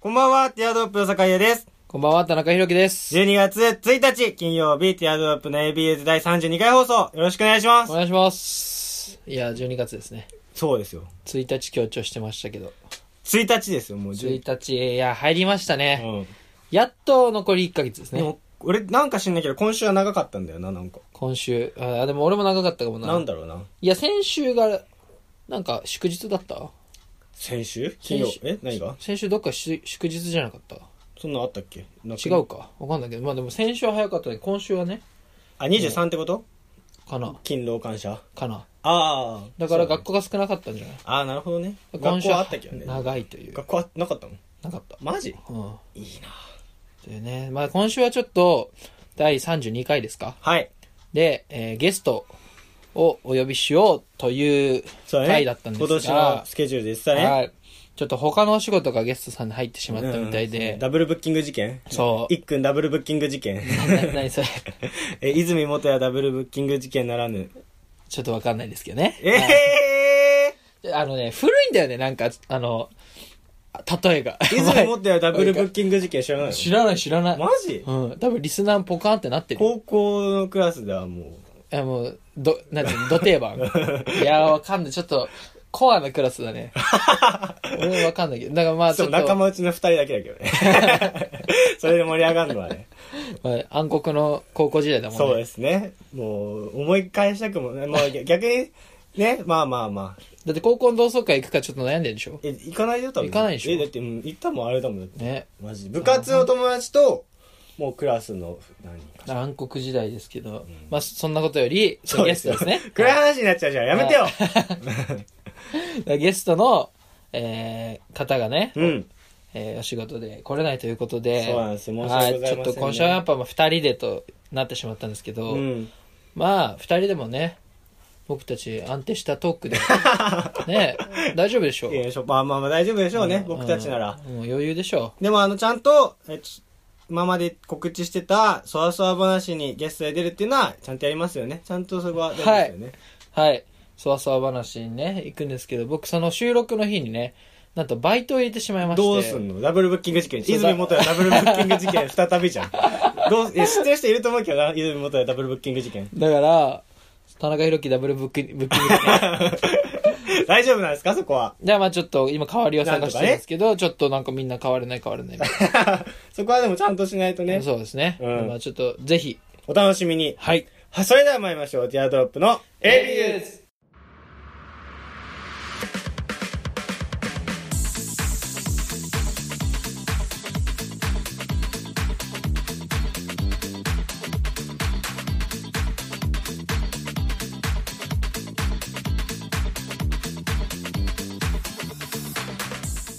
こんばんは、ティアドロップの坂井です。こんばんは、田中裕樹です。 12月1日、金曜日、ティアドロップの ABS 第32回放送、よろしくお願いしまおす。願いします。いや、12月ですね。そうですよ。 1日強調してましたけど。 1日ですよ、もう1 12。日、いや、入りましたね。うん。やっと残り1ヶ月ですでね。も、俺、なんか知んないけど、今週は長かったんだよな、なんか。今週。あ、でも俺も長かったかもな。なんだろうな。いや、先週が、なんか祝日だった先週金先曜週。え何が先週どっかし祝日じゃなかったそんなのあったっけなんか違うか。わかんないけど。まあでも先週は早かったね。今週はね、あ、23ってことかな。勤労感謝。かな。ああ。だからそう学校が少なかったんじゃないああ、なるほどね。今学週校はあはったっけどね。長いという。学校はなかったのなかった。マジうん。いいな。というね。まあ今週はちょっと、第32回ですかはい。で、えーゲストをお呼びしようというそうだね。回だったんです今が、年のスケジュールでしたね。はいちょっと他のお仕事がゲストさんに入ってしまったみたいうんで、ダブルブッキング事件そういっくんダブルブッキング事 件な何それ、え泉元也ダブルブッキング事件ならぬちょっとわかんないですけどね。ええであのね、古いんだよね、なんか、あの、例えが。ー、 泉元也ダブルブッキング事件知らない 知のらない知らない。マジうん、多分リスナーもポカーンってなってるよ。高校のクラスではもいやもう、ど、なんていうの、ど定 番。いや、わかんない。ちょっと、コアなクラス だね。俺もわかんないけど。だからまうあ、ちそょうっと仲、間うちの二人だけだけどね それで盛り上がるのはねまあ暗黒の高校時代だもんね。そうですねもう思い返したくもね、まあ、逆逆にねまあまあまあだって高校の同窓会行くかちょっと悩んでるでしょえ行かないよ多分行かないでしょえだってうん行ったもんあれだもんだってね。マジで部活の友達ともうクラスの何人か暗黒時代ですけど、まあそんなことより、そうゲでスすトですね。暗い話になっちゃうじゃん。やめてよ。 はいゲストの、えー方がね、うん。えーお仕事で来れないということで、そうなんですよ申し訳ございませんねはいちょっと今週はやっぱまあ二人でとなってしまったんですけど、うん。まあ二人でもね、僕たち安定したトーク で、ね、大丈夫でしょう。いいでしょまあまあまあ大丈夫でしょうね。ん僕たちなら。。うんもう余裕でしょでもあの、ちゃんと、えち今まで告知してた、そわそわ話にゲストで出るっていうのは、ちゃんとやりますよね。ちゃんとそこは、ですよね。う。はい。そわそわ話にね、行くんですけど、僕その収録の日にね、なんとバイトを入れてしまいまして。どうすんのダブルブッキング事件。そうだ泉元也ダブルブッキング事件再びじゃん。どういや知ってる人いると思うけどな、泉元也ダブルブッキング事件。だから、田中裕樹ダブルブッキング、ブッキングですね 大丈夫なんですかそこは。 じゃあまあちょっと今代わりを探してるんですけど、ちょっとなんかみんな変われない変われないみたいそこはでもちゃんとしないとな。 ね。そうですね。うんまあちょっとぜひ。お楽しみに。はい。は、それでは参りましょう。ティアドロップの ABS。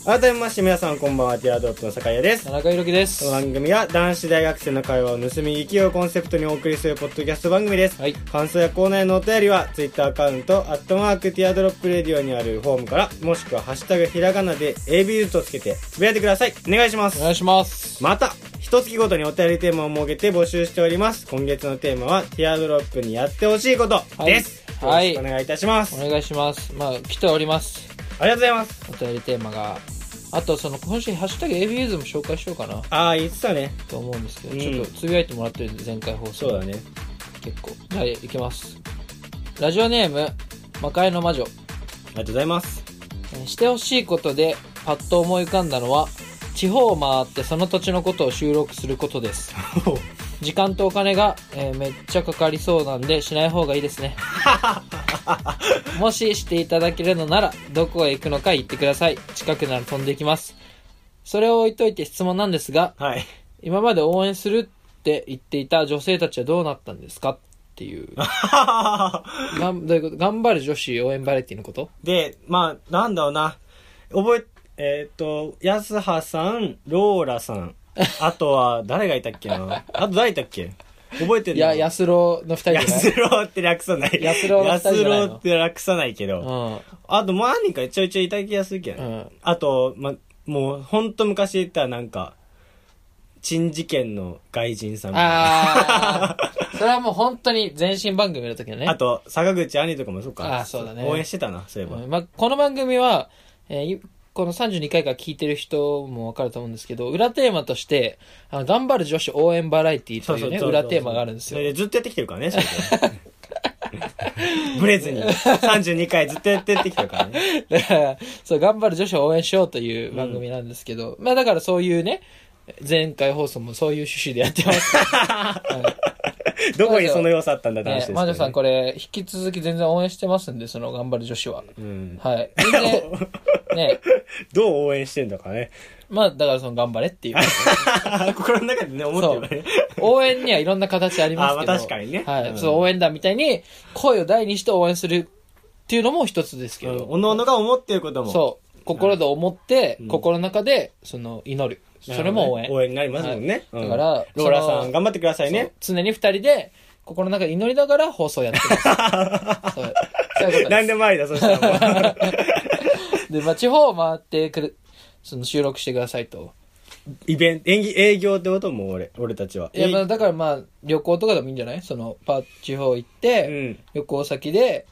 改めまして皆さんこんばんは、ティアドロップの酒屋です田。中裕樹です。このは番組は男子大学生の会話を盗み聞きをコンセプトにお送りするポッドキャスト番組です。い。感想やコーナーへのお便りは、ツイッターアカウント、アットマークティアドロップレディオにあるフォームから、もしくはハッシュタグひらがなで ABU とつけて、つぶやいてください。お願いしまおす願。いします。また、一月ごとにお便りテーマを設けて募集しております。今月のテーマは、ティアドロップにやってほしいことです。はいよろしくお願いいたします。おあり願いします。まあ来ております。がとうございます。お便りテーマが。あとその今週ハッシュタグ a b u ズも紹介しようかなああ、言ってたね。と思うんですけど、うんちょっとつぶやいてもらってるんで前回放送。そうだね。結構。はい、いきます。ラジオネーム、魔界の魔女。ありがとうございます。えーしてほしいことでパッと思い浮かんだのは地方を回ってその土地のことを収録すること です時間とお金が、えーめっちゃかかりそうなんでしない方がいいです ねもししていただけるのならどこへ行くのか言ってください近くなら飛んでいきますそれを置いといて質問なんですがはい。 今まで応援するって言っていた女性たちはどうなったんですかって いうがんどういうこと頑張る女子応援バラエティのことで、まあ、なんだろうな。覚え、えっ、と、やすはさん、ローラさ ん。あとは、誰がいたっけな。あと誰いたっけ覚えてるいや安郎の二人じゃない安郎って略さない。安郎は二人じゃないの安郎って略さないけど。うあと、もう何人かちょいちょいいた気がするけどね、ん。うん。あと、ま、もう、ほんと昔言ったらなんか、珍事件の外人さんみたいなあ あ。それはもう本当に前身番組の時のね。あと、坂口兄とかもそうか。あそうだね応援してたな、そういえば。うんまあ、この番組は、えーいこの32回から聞いてる人もわかると思うんですけど、裏テーマとして、あの、頑張る女子応援バラエティというね、裏テーマがあるんですそれよ。ずっとやってきてるからね、それでブレずに。32回ずっとやってってきてるから ね。だから そう、頑張る女子を応援しようという番組なんですけど、まあだからそういうね、前回放送もそういう趣旨でやってます。どこに その要素あったんだって話ですけね、どね魔女さんこれ、引き続き全然応援してますんで、その頑張る女子は。うん。はい。全然、ね、どう応援してんだか ね。まあだからその頑張れっていう。心の中でね、思ってるからね。応援にはいろんな形ありますけど。あまあ確かにねはい。うんそう、応援団みたいに、声を大にして応援するっていうのも一つですけうんど。おのおのが思ってることも。そう。心で思って、うん心の中で、その、祈る。なそるほどねれも応援。応援になりますもんね。はいうんだからローラそさのん、頑張ってくださいね。そう常に二人で、心の中で祈りながら放送やって ます。そうそういうこと何ででもありだ、そしたら もう。す。で、まあ、地方を回ってくる、その、収録してくださいと。イベント、演技、営業ってことも俺、俺たちは。いや、まあ、えだからまあ、旅行とかでもいいんじゃないその、パ地方行っうて、ん。旅行先で、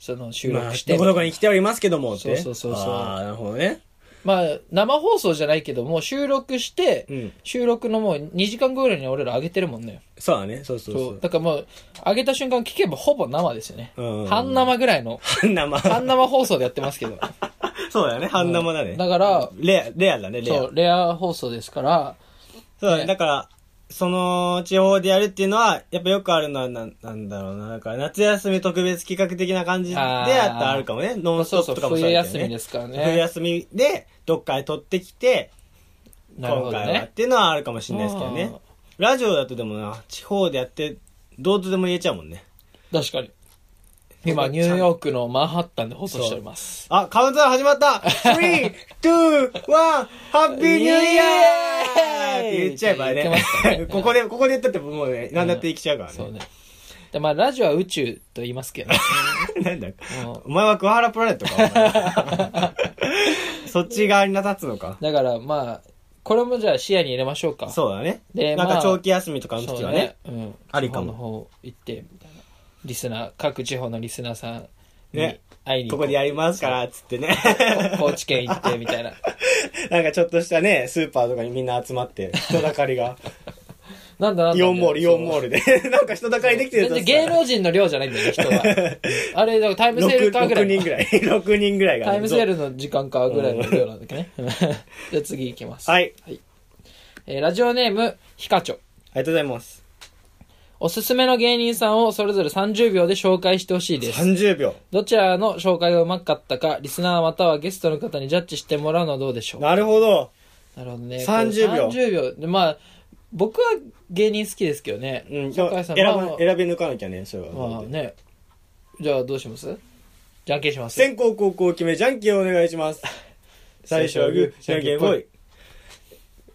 その、収まあ録して。どこどこに来ておりますけどもって。そうそうそうそうああ、なるほどね。まあ、生放送じゃないけど、もう収録して、うん収録のもう2時間後ぐらいに俺ら上げてるもんね。そうだね。そうそうそ。そうう。だからもう、上げた瞬間聞けばほぼ生ですよね。うん半生ぐらい の、半生。半生放送でやってますけど。そうだね。半生だね。だから、レア、レアだね、レア。そそうう、レア放送ですから、だねね。だから、その、地方でやるっていうのは、やっぱよくあるのは、なんなんだろうな。なんか、夏休み特別企画的な感じでああーったらあるかもね。ノンスそトッうそプとかう、も冬だ休けどみですから冬ね。休みで、どっかで撮ってきて、なるほ今ど回はっね。ていうのはあるかもしれないですけどねあー。ラジオだとでもな、地方でやって、どうとでも言えちゃうもんね。確かに。今、ニューヨークのマンハッタンで放送しております。あ、カウントダウン始まった !3、2、1、ハッピーニューイヤーって言っちゃえば言ってますからね ね。ここで、ここで言ったってもうね、何だって生きちゃうからそうね。ね。で、まあ、ラジオは宇宙と言いますけど、 なんだもお前はクワハラプラネットかお 前そっち側に立つのかう。だからまあ、これもじゃあ視野に入れましょうか。そうだね。でなんまあか長期休みとかのそう時はね。うん、ありかも地方の方行ってみたいなリスナー各地方のリスナーさんにね会いに行ここうこでやりますから、っつってね。こ高知県行ってみたいな なんかちょっとしたね、スーパーとかにみんな集まって、人だかり が。 なんだなんだイオンモール、イオンモールルで。 なんか人だかりできてる全と然芸能人の量じゃないんだよね人 はあれだからタイムセール 6, カーぐらい人ぐらい。6人ぐ らいがね。タイムセールの時間かぐらいの量なんだけどね じゃあ次行きます、はい。えーラジオネームひかちょありがとうございます。おすすめの芸人さんをそれぞれ30秒で紹介してほしいです30秒。どちらの紹介がうまかったかリスナーまたはゲストの方にジャッジしてもらうのはどうでしょうなるほど。なるほどね。 30秒こう30秒。で、まあ、僕は芸人好きですけどね。うん、で紹も介さ選んばまあまあ選び抜かなきゃね、それは。まあね。じゃあどうしますじゃんけんします。先行後攻を決め、じゃんけんお願いし ます。最初はグー、じゃんけんぽい。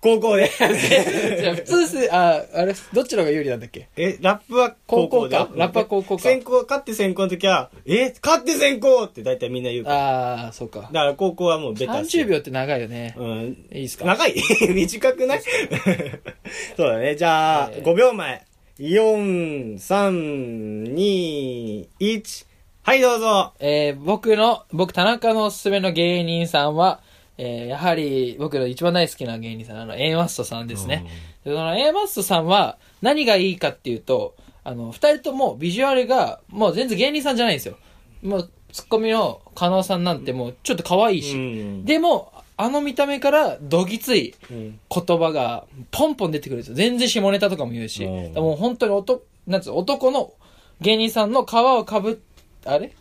高校で。 じゃあ普通す、あ、あれ、どっちの方が有利なんだっけえ、ラップは高校だ高校かラップは高校か先行、勝って先行の時は、え、勝って先行って大体みんな言うから。ああ、そうかだ。から高校はもうベタっすよ30。秒って長いよね。うん。いい ですか長い短くない そうだね。じゃあ、えー5秒前。4、3、2、1。はい、どうぞ。えー、僕の、僕、田中のおすすめの芸人さんは、えー、やはり僕の一番大好きな芸人さん、あの、A マストさんですね。でその A マッソさんは何がいいかっていうと、あの、二人ともビジュアルが、もう全然芸人さんじゃないんですよ。もう、ツッコミの加納さんなんてもうちょっと可愛いし。うんでも、あの見た目からどぎついうん言葉がポンポン出てくるんですよ。全然下ネタとかも言うし。うんだからもう本当に男、なんつうの男の芸人さんの皮をかぶっ、あれ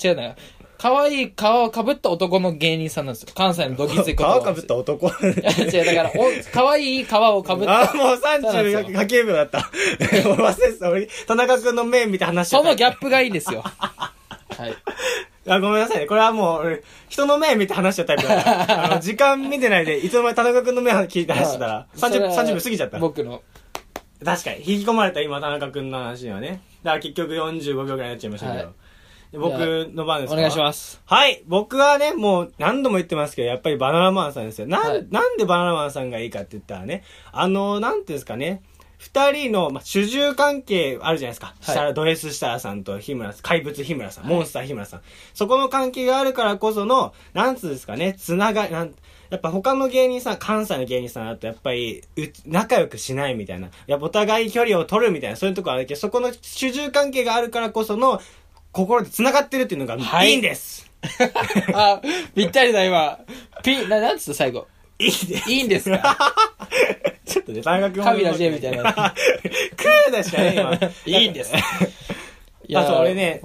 皮、違うな。可愛い皮をかぶった男の芸人さんなんですよ。関西のどぎつい言 葉皮かぶった 男。あい や違う、だから、お可愛い皮をかぶったー、もうそうなんですよ30秒だ った。俺忘れてた。俺、田中君の目見て話してそた。のギャップがいいで すよ。はい。あ、ごめんなさいね。これはもう、俺人の目見て話しちゃうタイプだから。 あの、時間見てないで、いつの間に田中君の目聞いて話してたら、30, 30秒過ぎちゃった。僕の。確かに引き込まれた今田中君の話にはねだから結局45秒ぐらいになっちゃいましたけど、はいで僕の番ですおか願いしすます。はい僕はねもう何度も言ってますけどやっぱりバナナマンさんですよなん,、はいなんでバナナマンさんがいいかって言ったらねあのなんていうんですかね二人の、まあ、主従関係あるじゃないですか。い設楽ド S 設楽さんと日村さん、怪物日村さん、モンスター日村さん。そこの関係があるからこその、なんつうんですかね、つながり、なんやっぱ他の芸人さん、関西の芸人さんだとやっぱり、う仲良くしないみたいな。やっぱお互い距離を取るみたいな、そういうとこあるけど、そこの主従関係があるからこその、心で繋がってるっていうのがはいいいんです、 あ、ぴったりだ、今。ピ、な、なんつった最後。い、いです。いいんで すかちょっとね、大学もカビラ J みたい な。クーでしたね、今。 いいんです。いやあと俺ね、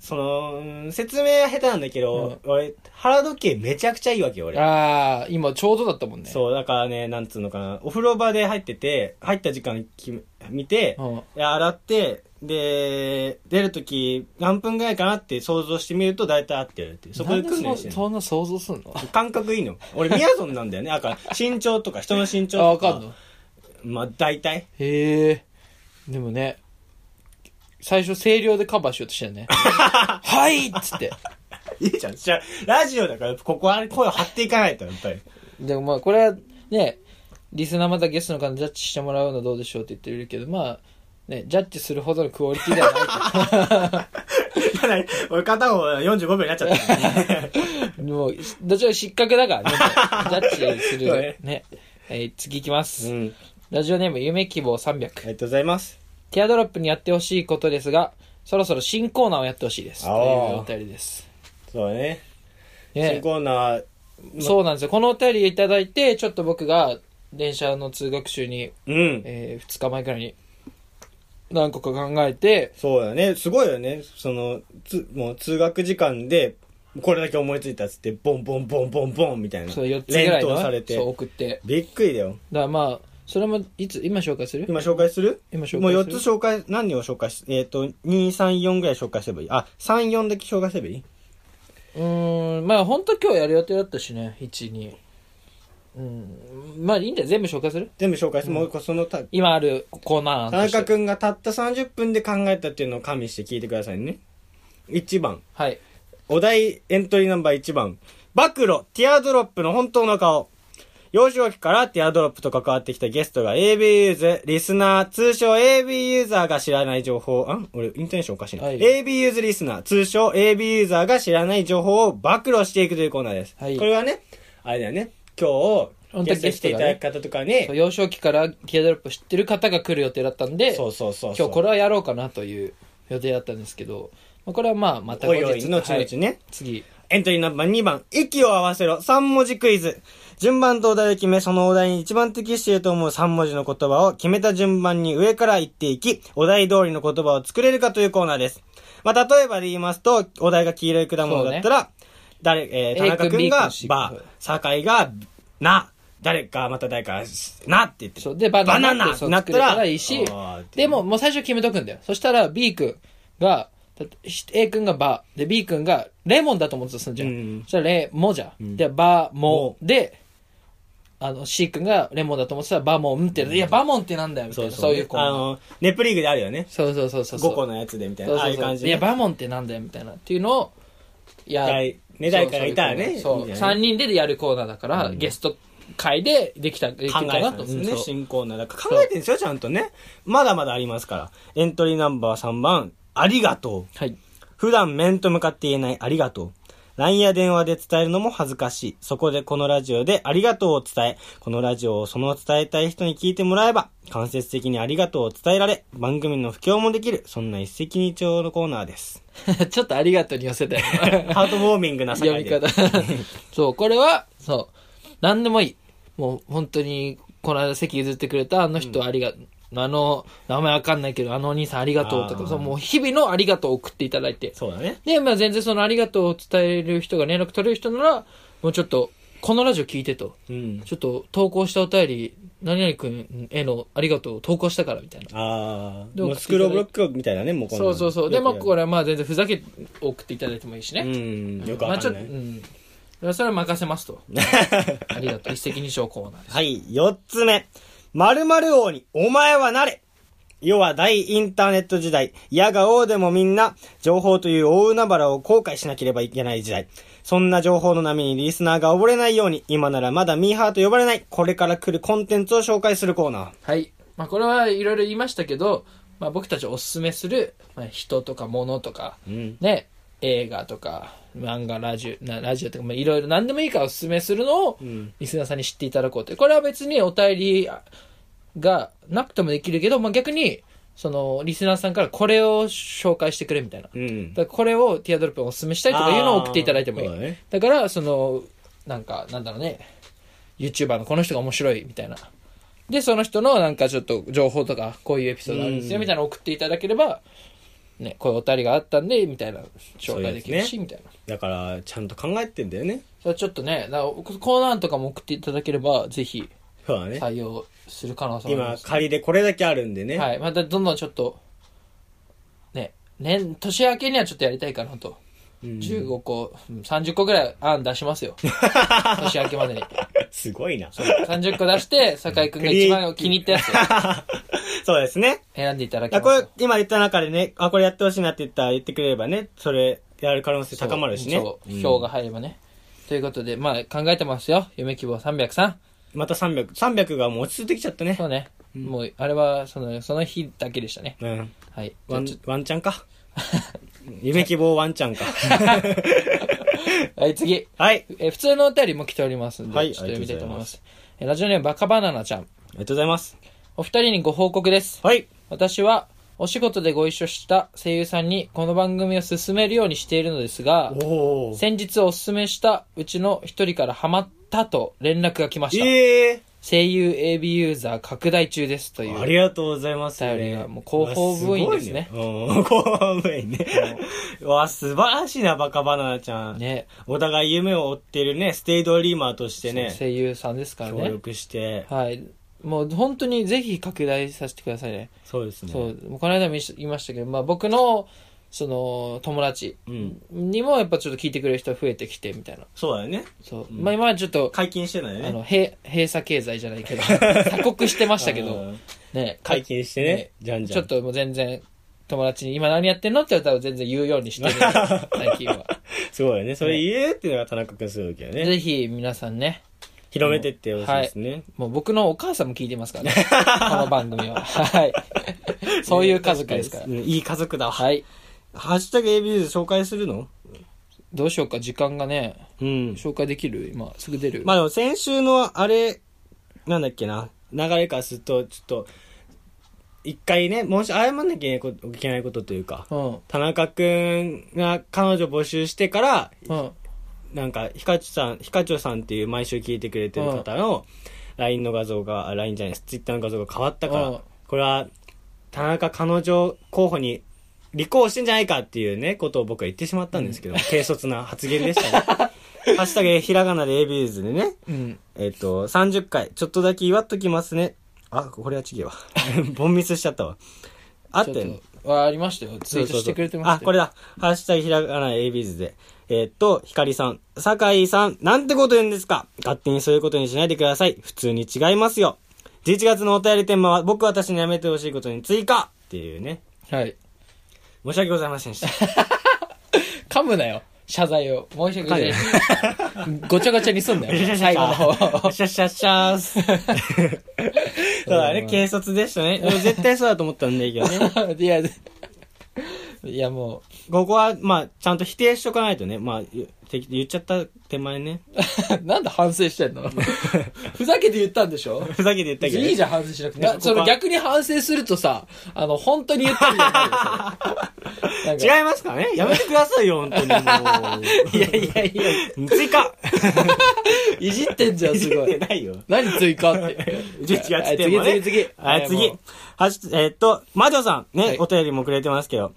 その、うん説明は下手なんだけど、俺、腹時計めちゃくちゃいいわけよ、俺。ああ、今ちょうどだったもんね。そう、だからね、なんつうのかな、お風呂場で入ってて、入った時間き見て、うんで洗って、で、出る時何分ぐらいかなって想像してみると大体合ってるっていう。そこで訓なん練しそてる。そんな想像すんの感覚いいの。俺、みやぞんなんだよね。だから、身長とか、人の身長あ、わとか。かんのまあ、大体。へえ。でもね、最初声量でカバーしようとしたよね。 はいっつって。いいじゃん。じゃあラジオだから、ここは声を張っていかないと、やっぱり。でもまあ、これはね、リスナーまたゲストの方にジャッジしてもらうのどうでしょうって言ってるけど、まあ、ね、ジャッジするほどのクオリティではないといやない俺、片方45秒になっちゃったからね。 もう、どちらか失格だからね。ジャッジすそうるね。ね。えー次いきまうす。ん。ラジオネーム、夢希望300あ。りがとうございます。ティアドロップにやってほしいことですが、そろそろ新コーナーをやってほしいです。といあうーお便りです。そうだね。新ね、コーナー、そうなんですよ。このお便りいただいて、ちょっと僕が電車の通学中に、うん。え2日前くらいに何個か考えて、そうだね。すごいよね。その、つ、もう通学時間で、これだけ思いついたっつって、ボンボンボンボンボンみたいな。そう4つぐらい連の投されそうて。送って。びっくりだよ。だからまあ、それもいつ、今紹介する今紹介する今紹介するもう4つ紹介、何を紹介し、えっ、と、2、3、4ぐらい紹介すればいい。あ、3、4だけ紹介すればいいうーん、まあ本当今日やる予定だったしね、1、2。うん、まあいいんだよ、全部紹介する全部紹介する。もう一個そのた、今あるコーナー田として中くんがたった30分で考えたっていうのを加味して聞いてくださいね。1番。はい。お題エントリーナンバー1番。暴露、ティアドロップの本当の顔。幼少期からティアドロップと関わってきたゲストが AB ユーズ、リスナー、通称 AB ユーザーが知らない情報、ん俺、インテンションおかしいな。はい AB ユーズリスナー、通称 AB ユーザーが知らない情報を暴露していくというコーナーです。はいこれはね、あれだよね、今本日、ゲ当にストゲにス来てトいがたねだく方とかねそう、幼少期からキアドロップ知ってる方が来る予定だったんで、そうそうそうそう。今日これはやろうかなという予定だったんですけど、まあ、これはまあまた後お日いおい、後は々いね。次。エントリーナンバー2番、息を合わせろ、3文字クイズ。順番とお題を決め、そのお題に一番適していると思う3文字の言葉を決めた順番に上から言っていき、お題通りの言葉を作れるかというコーナーです。まあ、例えばで言いますと、お題が黄色い果物だったら、誰、え A ー、田中くんが君 B 君バー、酒井がな、誰かまた誰かなって言ってそうで、バナナバナナってそうなっ作たれらたらいいしあーっ、ていでうももう最初決めとくんだよ。そしたら B 君が、だって A 君がバー、で B 君がレモンだと思ってたとすんじゃん。うんそしたらレモじゃん。で、バーモモで、あの C 君がレモンだと思ってたらバーモンって、いや、バーモンってなんだよみたいな、そういう子。あの、ネプリーグであるよね。そうそうそうそう。 5個のやつでみたいそうな、ああそういうそう感じで。いや、バーモンってなんだよみたいな。っていうのを、や誰ね誰かがいたらねそういいんじゃな3い人でやるコーナーだから、ゲスト会でできた、でき考たえなたんとで思すうね。そう新コーナーだから考えてんですよ、ちゃんとね。まだまだありますから。エントリーナンバー3番、ありがとう。はい。普段面と向かって言えないありがとう。LINE や電話で伝えるのも恥ずかしい。そこでこのラジオでありがとうを伝え、このラジオをその伝えたい人に聞いてもらえば、間接的にありがとうを伝えられ、番組の布教もできる、そんな一石二鳥のコーナー です。ちょっとありがとうに寄 せたよ。ハートウォーミングな読酒井みで方。 そう、これは、そう、なんでもいい。もう本当に、この間席譲ってくれたあの人ありが、あの、名前わかんないけど、あのお兄さんありがとうとあか、ーそうもう日々のありがとうを送っていただいて。そうだね。で、まあ全然そのありがとうを伝える人が連絡取れる人なら、もうちょっと、このラジオ聞いてと。うん。ちょっと投稿したお便り、何々君へのありがとうを投稿したからみたいな。あでー、もうスクロールブロックみたいなね、もうこの。そうそうそう。で、まあこれ。れはまあ全然ふざけて送っていただいてもいいしね。うん、よくまわあちかょっんと、なうい。ん。それは任せます と。ありがとう。一石二鳥コーナーです。はい、四つ目。〇〇王にお前はなれ世は大インターネット時代。矢が王でもみんな、情報という大海原を後悔しなければいけない時代。そんな情報の波にリスナーが溺れないように、今ならまだミーハーと呼ばれない、これから来るコンテンツを紹介するコーナー。はい。まあ、これはいろいろ言いましたけど、まあ、僕たちおすすめする、まあ、人とか物とか、うん。ね、映画とか、漫画、ラジオ、なラジオとか、まあ、いろいろ何でもいいからおすすめするのをう、ん。リスナーさんに知っていただこうという。これは別にお便りがなくてもできるけど、まあ、逆に、その、リスナーさんからこれを紹介してくれみたいな。うんだからこれをティアドロップにおすすめしたいとかいうのを送っていただいてもいい。あーそうだねだから、その、なんか、なんだろうね、YouTuber のこの人が面白いみたいな。で、その人のなんかちょっと情報とか、こういうエピソードあるんですうよんみたいなの送っていただければ、ね、こういうお便りがあったんで、みたいな紹介できるそし、みたいな。だから、ちゃんと考えてんだよね。それちょっとね、だからコーナーとかも送っていただければ、ぜひそうだね。採用する可能性もあり今ま、す。仮でこれだけあるんでね。はい。またどんどんちょっと、ね、年、年明けにはちょっとやりたいかなと。うん15個、うん30個ぐらい案出しま すよ。年明けまでに。 すごいな。 30個出して、酒井くんが一番気に入ったやつをそうですね。選んでいただきまだす。からこれ、今言った中でね、あ、これやってほしいなって言ったら言ってくれればね、それ、やる可能性そう高まるしね。そう、うん票が入ればね。ということで、まあ考えてますよ。夢希望303。また300、300がもう落ち着いてきちゃったねそ。うね。もう、あれは、その、その日だけでしたね。うん。はい。じワゃあンちょっ、ワンチャン か。夢希望ワンチャンか。とはい、次。はい。えー普通のお便りも来ておりますんで、はいちょっと読みたいと思います。あえーラジオネームバカバナナちゃん。ありがとうございます。お二人にご報告です。はい。私は、お仕事でご一緒した声優さんにこの番組を進めるようにしているのですが、おー。先日おすすめしたうちの一人からハマったと連絡が来ました。え声優 AB ユーザー拡大中ですといー。う。ありがとうございます、お便りがもう広報部員ですねうわごいうん、広報部員ね。 うわ、素晴らしいな、バカバナナちゃん。ねお互い夢を追ってるね、ステイドリーマーとしてね、声優さんですから協ね。力して。はい。もう本当にぜひ拡大させてくださいね。そうですね。そう。もうこの間も言いましたけど、まあ僕の、その、友達うん。にもやっぱちょっと聞いてくれる人が増えてきてみたいな。そうだよね。そう。まあ今はちょっと、解禁してないよね。あの、閉、閉鎖経済じゃないけど、 鎖国してましたけうど、んね、解禁してね、じゃんじちゃょん。っともう全然、友達に今何やってんのって言ったら全然言うようにして る、最近は。すごいよね。それ言えっていうのが田中君すごいけどね。ぜひ皆さんね、広めてってほしいですね。もう僕のお母さんも聞いてますから ね、この番組は。はい。そういう家族ですからうん。いい家族だわ。はい。ハッシュタグ ABUS 紹介するのどうしようか、時間がね、うん。紹介できる今、すぐ出る。まあでも先週のあれ、なんだっけな、流れからすると、ちょっと、一回ね、もし謝んなきゃいけないこといけないことというか、うん。田中君が彼女募集してから、うん。なんか、ヒカチュさん、ヒカチョさんっていう毎週聞いてくれてる方の、LINE の画像が、あ LINE じゃないです、Twitter の画像が変わったから、うんこれは、田中彼女候補に立候補してんじゃないかっていうね、ことを僕は言ってしまったんですけど、軽率な発言でしたね。 ハッシュタグ、ひらがなで ABUS でね、うん。えっ、と、30回、ちょっとだけ祝っときますね。あ、これは違えわ。 ボンミスしちゃったわ。あったよね。ちょっとあありましたよ。ツイートしてくれてましたよあ、これだ。ハッシュタグひらがな ABs で。えーっと、ひかりさん、酒井さん、なんてこと言うんですか勝手にそういうことにしないでください。普通に違いますよ。11月のお便りテーマは、僕私にやめてほしいことに追加っていうね。はい。申し訳ございませんで した。噛むなよ。謝罪を。申し訳ない。ごちゃごちゃにすんなシャよ。シャ最シ後の方ャ。。シャシャシャーす。 そうだね、軽率でしたね。でも絶対そうだと思ったんだけどね。いや、いやもここは、まあ、ちゃんと否定しとかないとね。まあ、ゆて言っちゃった手前ね。う、なんで反省してんのふざけて言ったんでしょふざけて言ったけどね、いいじゃん、反省しなくて。ねなそここのは逆に反省するとさ、あの、本当に言ってるじゃないですか。違いますからねやめてくださいよ、本当にも違う。いやいやいや、う。追加いじってんじゃん、すご出てい。ないよ。何追加って。 11月はいテーマね次次次はい、次。はし、えーっと、魔女さん、ね、はいお便りもくれてますけど。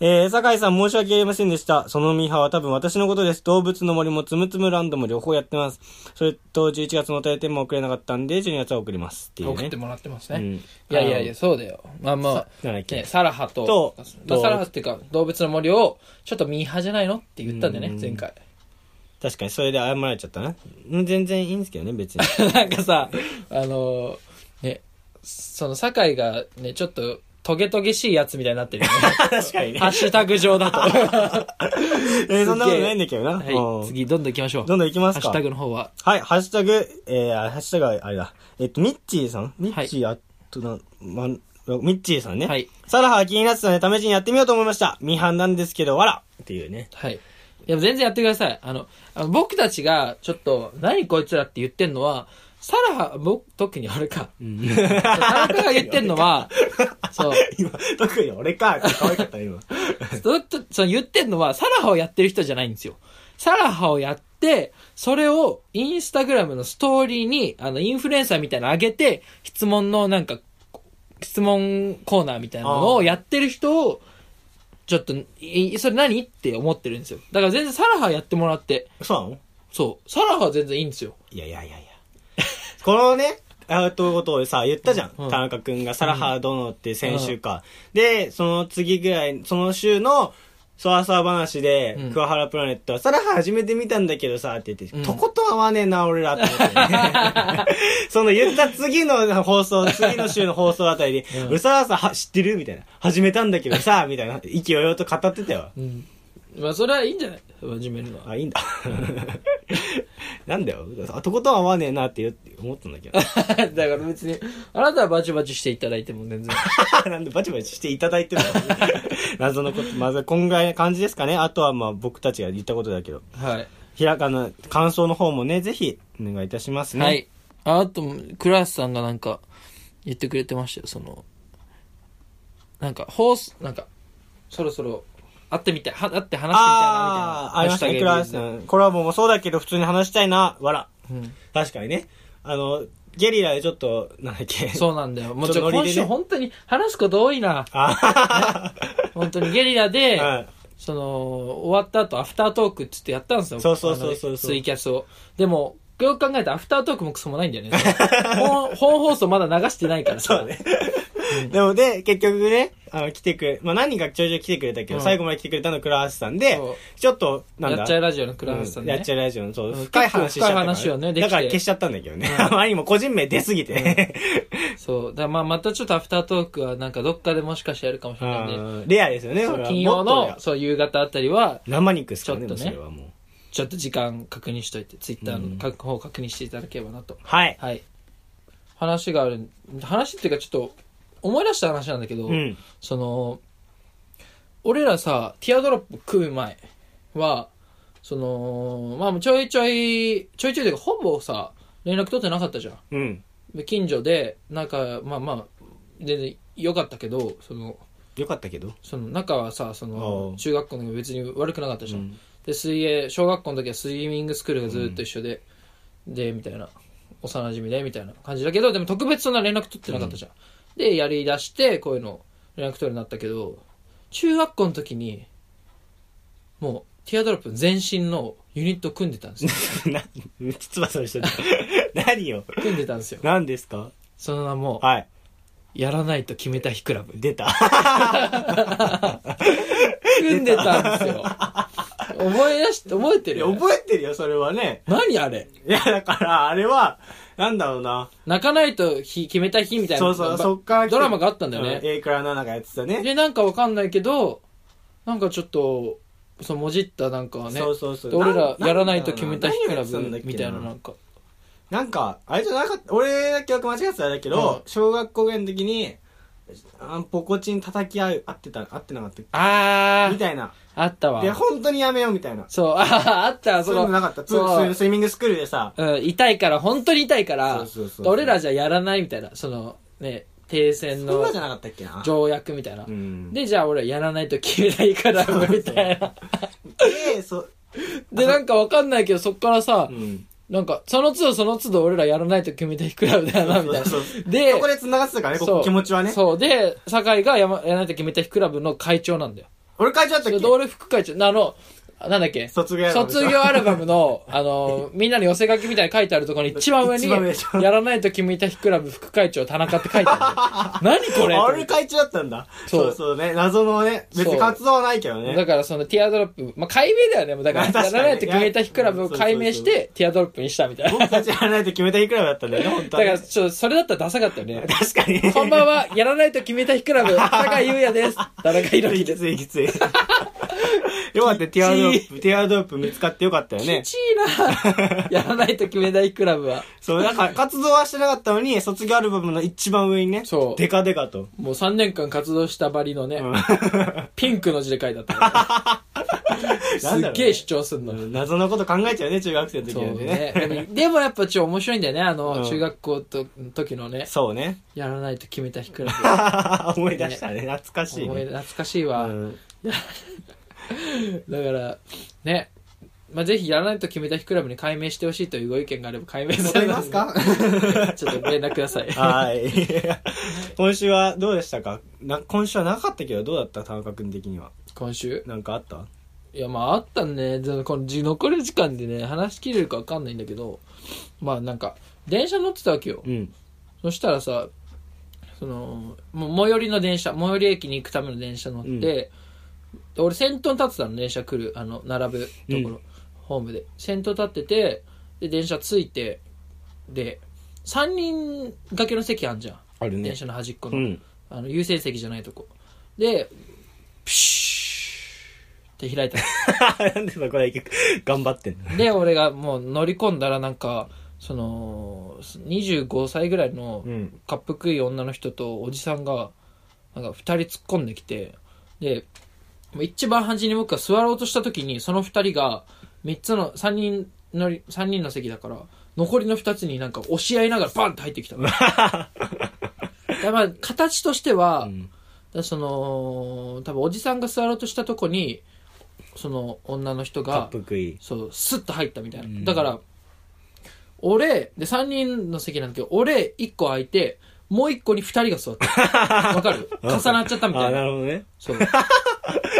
えー、酒井さん申し訳ありませんでした。そのミーハーは多分私のことです。動物の森もつむつむランドも両方やってます。それと11月のお便りテーマ送れなかったんで、12月は送ります。っていうね。送ってもらってますね。うんいやいやいや、そうだよ。まあまあ、さなんだっけね、サラハと、とまあとサラハっていうか、動物の森を、ちょっとミーハーじゃないのって言ったんでね、うん前回。 確かに、それで謝られちゃったな。うん全然いいんですけどね、別 に。なんかさ、あのーね、その、酒井がね、ちょっと、トゲトゲしいやつみたいになってる よね。確かにハッシュタグ上だと。は えーそんなことないんだけどな。うい、ん次、どんどん行きましょう。どんどん行きますハッか。シュタグの方は、はい、ハッシュタグ、えー、あハッシュタグはあれだ。えっと、ミッチーさんミッチーアッとな、ま、ミッチーさんね。はい。サラハは気になってたので、試しにやってみようと思いました。ミハンなんですけど、わらっていうね。 はい。いや、全然やってください。あの、あの僕たちが、ちょっと、何こいつらって言ってんのは、サラハ、僕、特に俺か。田中が言ってんの は、そう、今、特に俺か、可愛かった、今。ずっと、その言ってんのは、サラハをやってる人じゃないんですよ。サラハをやって、それをインスタグラムのストーリーに、あの、インフルエンサーみたいなの上げて、質問のなんか、質問コーナーみたいなのあをーやってる人を、ちょっと、いそれ何って思ってるんですよ。だから全然サラハやってもらって、そうなのそう、サラハは全然いいんですよ。いやいやいやいや。このね、アウトことをさ、言ったじゃん。うん田中くんが、サラハ殿って先週か。で、その次ぐらい、その週の、そわそわ話で、うんクワハラプラネットは、サラハ始めてみたんだけどさ、って言って、うんとことん合わねえな、俺らって思って ね、その言った次の放送、次の週の放送あたりで、うん俺サラハさ、知ってるみたいな。始めたんだけどさ、みたいな。意気揚々と語ってたよ。うん。まあ、それはいいんじゃない始めるのは。あ、いいん だ。なんだよ。あとことん合わねえなって言うって思 ったんだけど。だから別に、あなたはバチバチしていただいても全 然。なんでバチバチしていただいてるの 謎のこと、まずこんぐらいな感じですかね。あとはまあ僕たちが言ったことだけど。はい。ひらかな、感想の方もね、ぜひお願いいたしますね。はい。ああと、クラスさんがなんか、言ってくれてましたよ、その、なんか、ホース、なんか、そろそろ、会ってみたい、は会って話してみたいな、みたいなあ。あ、ありましたね、ハッシクュタグラスさん。コラボもそうだけど、普通に話したいな、わら。うん確かにね。あの、ゲリラでちょっと、なんだっけ。う。そうなんだよ。もうちちょょ、っとノリ今でね週本当に話すこと多いな。 あ本当にゲリ ラで、 はその、終わった後、アフタートークっつってやったんですよ。そうそうそうそうあのツイキャスを。でも、よく考えたらアフタートークもクソもないんだ よね。本本放送まだ流してないからさ。そうね。でもで、結局ね、あの、来てくれ、まあ何人かちょいちょい来てくれたけど、うん最後まで来てくれたのクラスさんでそう、ちょっと、なんだやっちゃいラジオのクラスさんね。うやっちゃいラジオの、そう、うん深い話しちゃったから、結構深い話をねできだてから消しちゃったんだけどね。 あまりにも個人名出すぎて。そう。だからまあ、またちょっとアフタートークは、なんかどっかでもしかしてやるかもしれないんで、うんレアですよね、そうそれは金曜もっとレのア、そう、夕方あたりは、生肉ですからね、ちょっとそねれはもう。ちょっと時間確認しといて、ツイッターの各方確認していただければなと。はい。はい。話がある、話っていうかちょっと、思い出した話なんだけど、うん。その、俺らさ、ティアドロップ組む前は、その、まあちょいちょい、ちょいちょいというか、ほぼさ、連絡取ってなかったじゃん。うん。で近所でなんかまあまあ全然良かったけどそのよかったけど。 その仲はさそおのう中学校の時も別に悪くなかったじゃん、うんで水泳小学校の時はスイミングスクールがずっと一緒で、でみたいな幼馴染でみたいな感じだけどでも特別そんな連絡取ってなかったじゃん、でやりだしてこういうの連絡取るようになったけど中学校の時にもうティアドロップ全身のユニット組んでた んですよな、実はそれして た。何よ。組んでたんですよ何ですかその名もはい。やらないと決めた日クラブ出た。組んでたんですよ。 思い出して、覚えているや覚えてるよ、それはね。何あれいや、だから、あれは、なんだろうな。泣かないと日決めた日みたいな。そうそう、そっから来てドラマがあったんだようね。 A から7がやってたね。で、なんかわかんないけど、なんかちょっと、そのもじったなんかね。そうそうそうで俺らなやらないと決めた日ク何をやラってたんだブっけなみたいななんか。なんか、あれじゃなかった、俺が記憶間違ってたらあれだけど、う小学校ぐらいの時に、あポコチン叩き合う、合ってた、合ってなかったっけあみー、たいな。あったわで、。本当にやめようみたいな。そう、あーあった、そそういうのなのかった。つそうそういうスイミングスクールでさ、うん、痛いから、本当に痛いかそらうそうそう、そう俺らじゃやらないみたいな、その、ね、停戦そんのなじゃなかったっけな。条約みたいなう。ん。で、じゃあ俺はやらないと決めないから、みたいな。で、そう、で、なんかわかんないけど、そっからさう、ん。なんか、その都度その都度俺らやらないと決めた日クラブだよ な、みたいなそうそう。で、そこで繋がってたからね、ここ気持ちはね。そう。で、酒井がや,、ま、やらないと決めた日クラブの会長なんだよ。俺会長だったそっれけで、俺副会長、あの、なんだっけ卒業アルバムでしょ卒業アルバ ムの、あの、みんなに寄せ書きみたいに書いてあるところに一番上に一番上でし、ょやらないと決めた日クラブ副会長田中って書いてあるんだよ。何これ あ俺会長だったんだ。そうそうそうね。謎のね、別そうに活動はないけどだね。からそのティアドロップ、まあ、解明だよね、もうだから。確かにやらないと決めた日クラブを解明しいやて、ティアドロップにしたみたいな。僕たちやらないと決めたいくらいだったんだよね、本当だはかね。ら、ちょっと、それだったらダサかったよね確かに。 こんばんは、やらないと決めた日クラブ、坂井優也です。田中裕き樹です。ついきつい。 よかったよ、ティアドロップ、ティアドロップ見つかってよかったよねき。ちい なやらないと決めないクラブは。そう、なんか活動はしてなかったのに、卒業アルバムの一番上にね、そうデカデカと。もう3年間活動したばりのね、うんピンクの字で書いてあ ったよね。なんすだろうねっげえ主張すんの。謎のこと考えちゃうよね、中学生の時そはうね。ね。でもでもやっぱちょ、面白いんだよね。あの、うん中学校と時の ね、そうね。やらないと決めた日クラ思い出したね、懐かブ。しい思いね。懐かしいうわ。んだから、ね。まあ、ぜひやらないと決めた日クラブに解明してほしいというご意見があれば解明さ戻れりますか ちょっと連絡くださ い。はい。 今週はどうでしたかな今週はなかったけど、どうだった田中君的には。今週なんかあったいやまああったねでもこのじ残り時間でね話しきれるか分かんないんだけどまあなんか電車乗ってたわけようん。そしたらさそのもう最寄りの電車最寄り駅に行くための電車乗って、うんで俺先頭に立ってたの電車来るあの並ぶところ、うんホームで先頭立っててで電車着いてで3人掛けの席あんじゃん、ある電。車の端っこうの,、ん。 あの優先席じゃないとこでプシューって開いたのなんでそこだけ頑張ってんので俺がもう乗り込んだらなんかその25歳ぐらいのうん。かっぷくいい女の人とおじさんがなんか2人突っ込んできてでもう一番端に僕が座ろうとした時にその2人が3つの3人乗り3人の席だから残りの2つになんか押し合いながらバンって入ってきた のだからまあ形としては、うんだからその多分おじさんが座ろうとしたとこにその女の人かがっぷくいい。そう、スッと入ったみたいな。うんだから、俺、で、3人の席なんだけど、俺、1個空いて、もう1個に2人が座った。わか る重なっちゃったみたあ、いなな。るほどね。 そう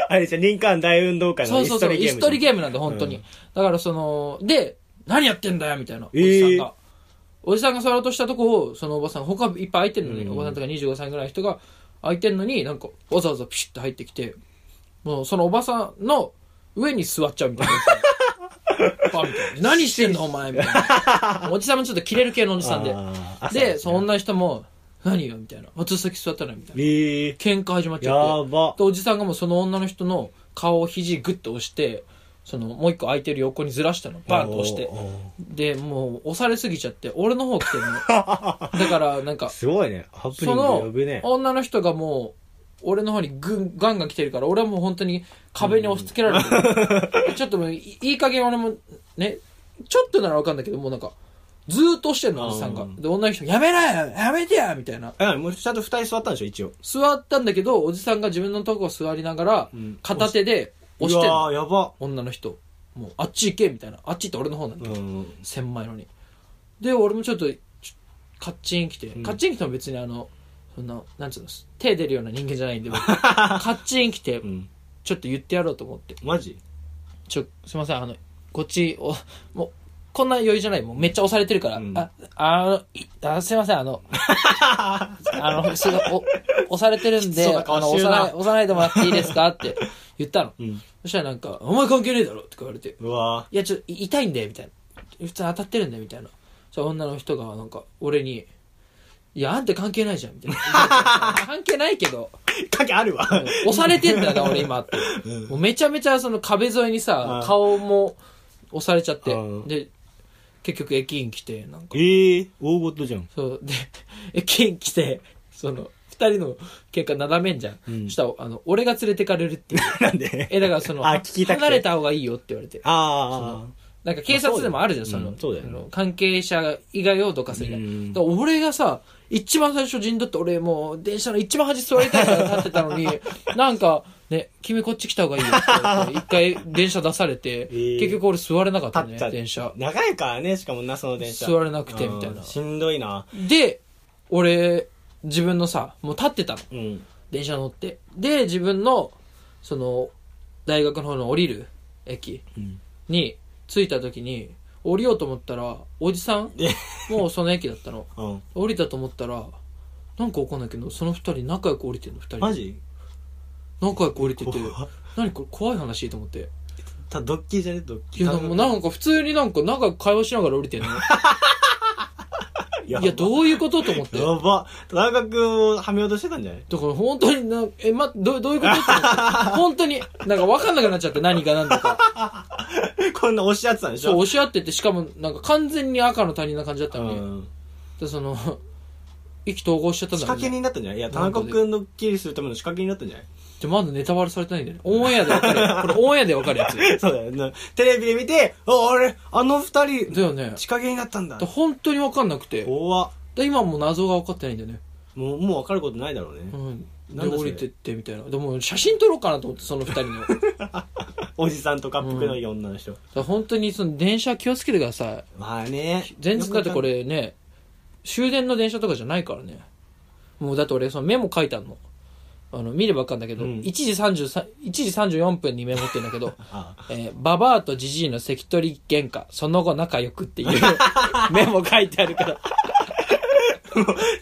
あれじゃ、林間大運動会そのう椅そう子そ取う、りゲーム。椅子取りゲームなんだ、本当に。うんだから、その、で、何やってんだよ、みたいな、えーおじさんが。おじさんが座ろうとしたとこを、そのおばさん、他いっぱい空いてるのに、うんおばさんとか25歳ぐらいの人が空いてるのに、なんか、わざわざピシッと入ってきて、もう、そのおばさんの上に座っちゃ うみたいな。パンみたいな何してんのお前みたいな。おじさんもちょっとキレる系のおじさんで。あーで、そんの女の人も、何よみたいな。私先座ったのよみたいな。ええ喧嘩始まっちゃって。やばで。おじさんがもうその女の人の顔を肘グッと押してそのもう一個空いてる横にずらしたのバンと押しておーおでもう押されすぎちゃって俺の方来 てるのだからなんーかすごいね。ハプニそングの呼ぶね。女の人がもう俺の方にぐんガンガン来てるから俺はもう本当に壁に押し付けられてるちょっともういいい加減俺もねちょっとなら分かんないけどもうなんかずーっと押してるのおじさんがうんで女の人が「やめなよやめてや!」みたいなあ、もうちゃんと二人座ったんでしょ、一応。座ったんだけどおじさんが自分のとこ座りながらうん片手で押してうんのわーやば。女の人もうあっち行けみたいなあっち行って俺の方なんだうん。千枚のにで俺もちょっとちょカッチン来て、んカッチン来ても別にあのそんななんつうの手出るような人間じゃないん で僕カッチン来てうん。ちょっと言ってやろうと思ってマジちょすいませんあのこっちおもうこんな余裕じゃないもうめっちゃ押されてるから、うんああのいあすいません あのあのすいませんお押されてるんきつそうでなあ顔のして押るさなない押さないでもらっていいですかって言ったの、うん。そしたらなんか「お前関係ねえだろ」って言われてうわいや、ちょ、い痛いんだよ、みたいな。普通に当たってるんだよ、みたいな。そしたら女の人が、なんか、俺に、いや、あんた関係ないじゃん、みたいな。関係ないけど、ー 影あるわ。 押されてんだよな、俺今って。もうめちゃめちゃ、その壁沿いにさう、ん顔も押されちゃってう。んで、結局駅員来て、なんか、ええ大ごとじゃん。 そう、で、 駅員来て、その、二人の結果なだめんじゃん。うんそしたら、あの、俺が連れてかれるっていう。なんでえ、だからその、 あ聞きたくて離れた方がいいよって言われて。あなんか警察でもあるじゃん、まあその、そうだようんそうだよねあの関係者以外をどかすみたいな。うんだから俺がさ、一番最初陣取って俺もう電車の一番端座りたいから立ってた のに、なんか、ね、君こっち来た方がいいよって言われて、一回電車出さ れて、ー結局俺座れなかっあ。た立ねっちゃ、う電車。長いからね、しかもな、その電車。座れなくてみたいなうんしんどいな。で、俺、自分のさ、もう立ってたの。うん。電車乗って。で、自分の、その、大学の方の降りる駅うんに着いた時に、降りようと思ったら、おじさんえもうその駅だったの。うん。降りたと思ったらなんかわかんないけどその二人仲良く降りてるの二人マジ仲良く降りてて怖っ何これ怖い話と思ってたドッキリじゃねドッいキリ。やなんかもうなんか普通になんか仲良く会話しながら降りてんのやばいや、どういうことと思って。やば。田中君をはめようとしてたんじゃないだから本当にな、え、ま、どどういうことって思って 本当に、なんか分かんなくなっちゃって、何が何だか。こんな押し合ってたんでしょそう、押し合ってて、しかも、なんか完全に赤の他人な感じだったのに、うんで、その、 意気投合しちゃったん仕だろ掛うけね。人だったんじゃないいや、田なんか中ね君のドッキリするための仕掛け人だったんじゃないで、まだネタバレされてないんだよね。オンエアで分か るやつ。これオンエアで分かるやつ。そうだよね。テレビで見て、あ、あれ、あの二人、だよね。仕掛けになったんだだ。本当に分かんなくて。怖っで、今もう謎が分かってないんだよね。もう、もう分かることないだろうねう。ん。なで、んだ降それりてってみたいな。でも写真撮ろうかなと思って、その 二人の。だかおじさんとかっぽくない女の人。ら本当にその電車気をつけてください。まあね。全然だってこ。れね、終電の電車とかじゃないからね。もうだって俺そのメモ書いたの。あの、見ればわかんだけど、うん1時33、1時34分にメモってんだ けど、あえーババアとジジイの関取喧嘩、その後仲良くっていう メモ書いてあるから。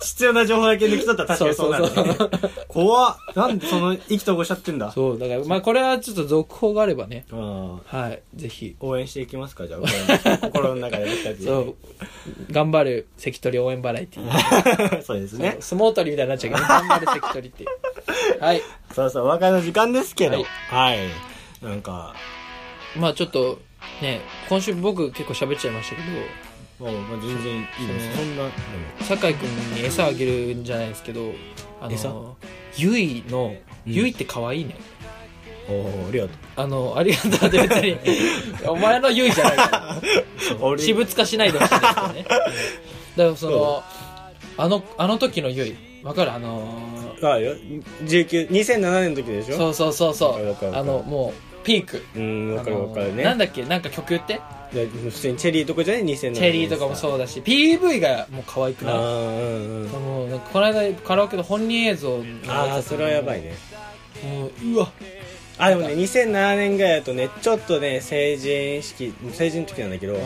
必要な情報だけ抜き取ったら確かにそうなんだそね。怖っなんでその、意気投合しちゃってんだ。そう、だから、まあこれはちょっと続報があればね、うん。はい、ぜひ。応援していきますか、じゃあ。心の中で僕たち。そう、頑張る関取応援バラエティー。 そうですね。相撲取りみたいになっちゃうけど、頑張る関取っていう。はい。そうそう、お別れの時間ですけはど。いはい。なんか、まあちょっと、ね、今週僕結構喋っちゃいましたけもう、まあ全然いいです。そそんな、でもど、酒井くんに餌あげるんじゃないですけど、あ餌の、ゆいの、うんゆいって可愛いね。おー、ありがとあの、ありがとうって別に、 お前のゆいじゃないかう。 ら。私物化しないでほしいですけどね。うんだからその、あの、あの時のゆい、わかるあのあよ19、2007年の時でしー、ょそうそうそうそわかるわう、かるあの、もう、ピーク。う。ん、わかるわかあるのーなんね。だっけなんか曲言ってで普通にチェリーとかじゃない ?2007 年。チェリーとかもそうだし PV がもう可愛くあないーうんうん。もうなんかこの間カラオケの本人映像のあー、それはやばいね。もううわあ、でもね、2007年ぐらいだとね、ちょっとね、成人式、成人の時なんだけど、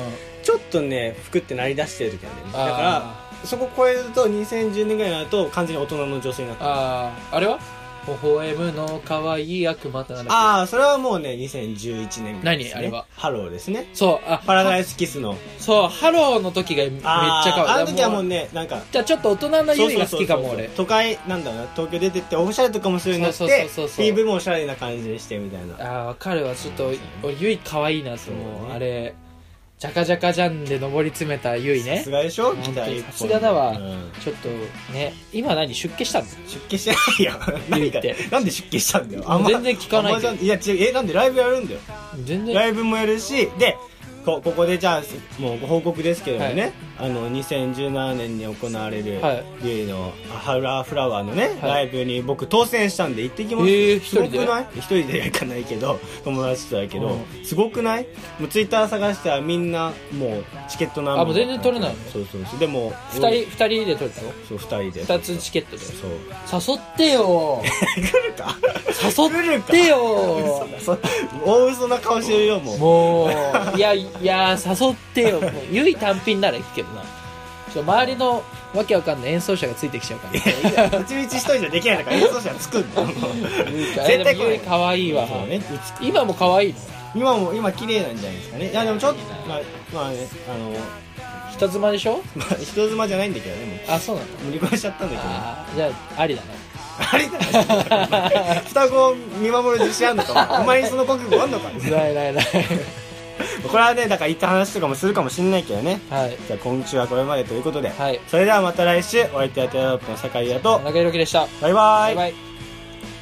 ちょっとね、服ってなりだしてる時なんだよね。だから、あそこ超えると2010年ぐらいになると完全に大人の女性になっーてるあーあれは微笑むの可愛い悪魔ってなんだっけああそれはもうね2011年ぐらいです、ね、何あれはハローですねそうあパラダイスキスのそうハローの時がめっちゃあー可愛いあの時はもううねなんかじゃあちょっと大人のそうゆいそうがそ好うきかも俺都会なんだろうな東京出てっておしゃれとかもするようになってそうそうそうそう PV もおしゃれな感じにしてみたいなああわかるわちょっと俺ゆい可愛いなそそうのねあれジャカジャカジャンで上り詰めたゆいさねすがでしょ本当ギにター一本さすがだうわんちょっとね今何出家したの出家してないよ何言かって なんで出家したんだよ全然聞かないけどあんまいや違うえなんでライブやるんだよ全然ライブもやるしでこここでじゃあもうご報告ですけれどもね、あの2017年に行われる、はいゆいのあハラフラワーのね、はいライブに僕当選したんで行ってきます、えー一人ですごくない一人で行かないけど 友達とだけど、うすごくないもうツイッター探したらみんなもうチケットなんぼあもう全然取れないのそうそうそうでも二人二人で取れたのそう二人で二つチケットでそう誘ってよ 来るか誘ってよ嘘だそ大嘘な顔してるよもうもういやいや誘ってよもうゆい単品なら行くけどなちょっと周りのわけわかんない演奏者がついてきちゃうからいやどっちみち一人じゃできないんだから演奏者作るの ゆいか絶対来なでもいゆい可愛いわそうね美し今も可愛いの今も今綺麗なんじゃないですかねいやでもちょっとまあまあねあの、人妻でしょまあ、 人妻じゃないんだけどねあそうなのもうもう離婚しちゃったんだけどねあーじゃああり だねあれだな 双子を見守る自信あんのかお前にその覚悟あんのかこないないないれはねだから言った話とかもするかもしんないけどねはいじゃあ今週はこれまでということで、はいそれではまた来週お相手はテラロップの酒井だと中井宏樹でしたバイババイイバイ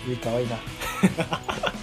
ゆい可愛いな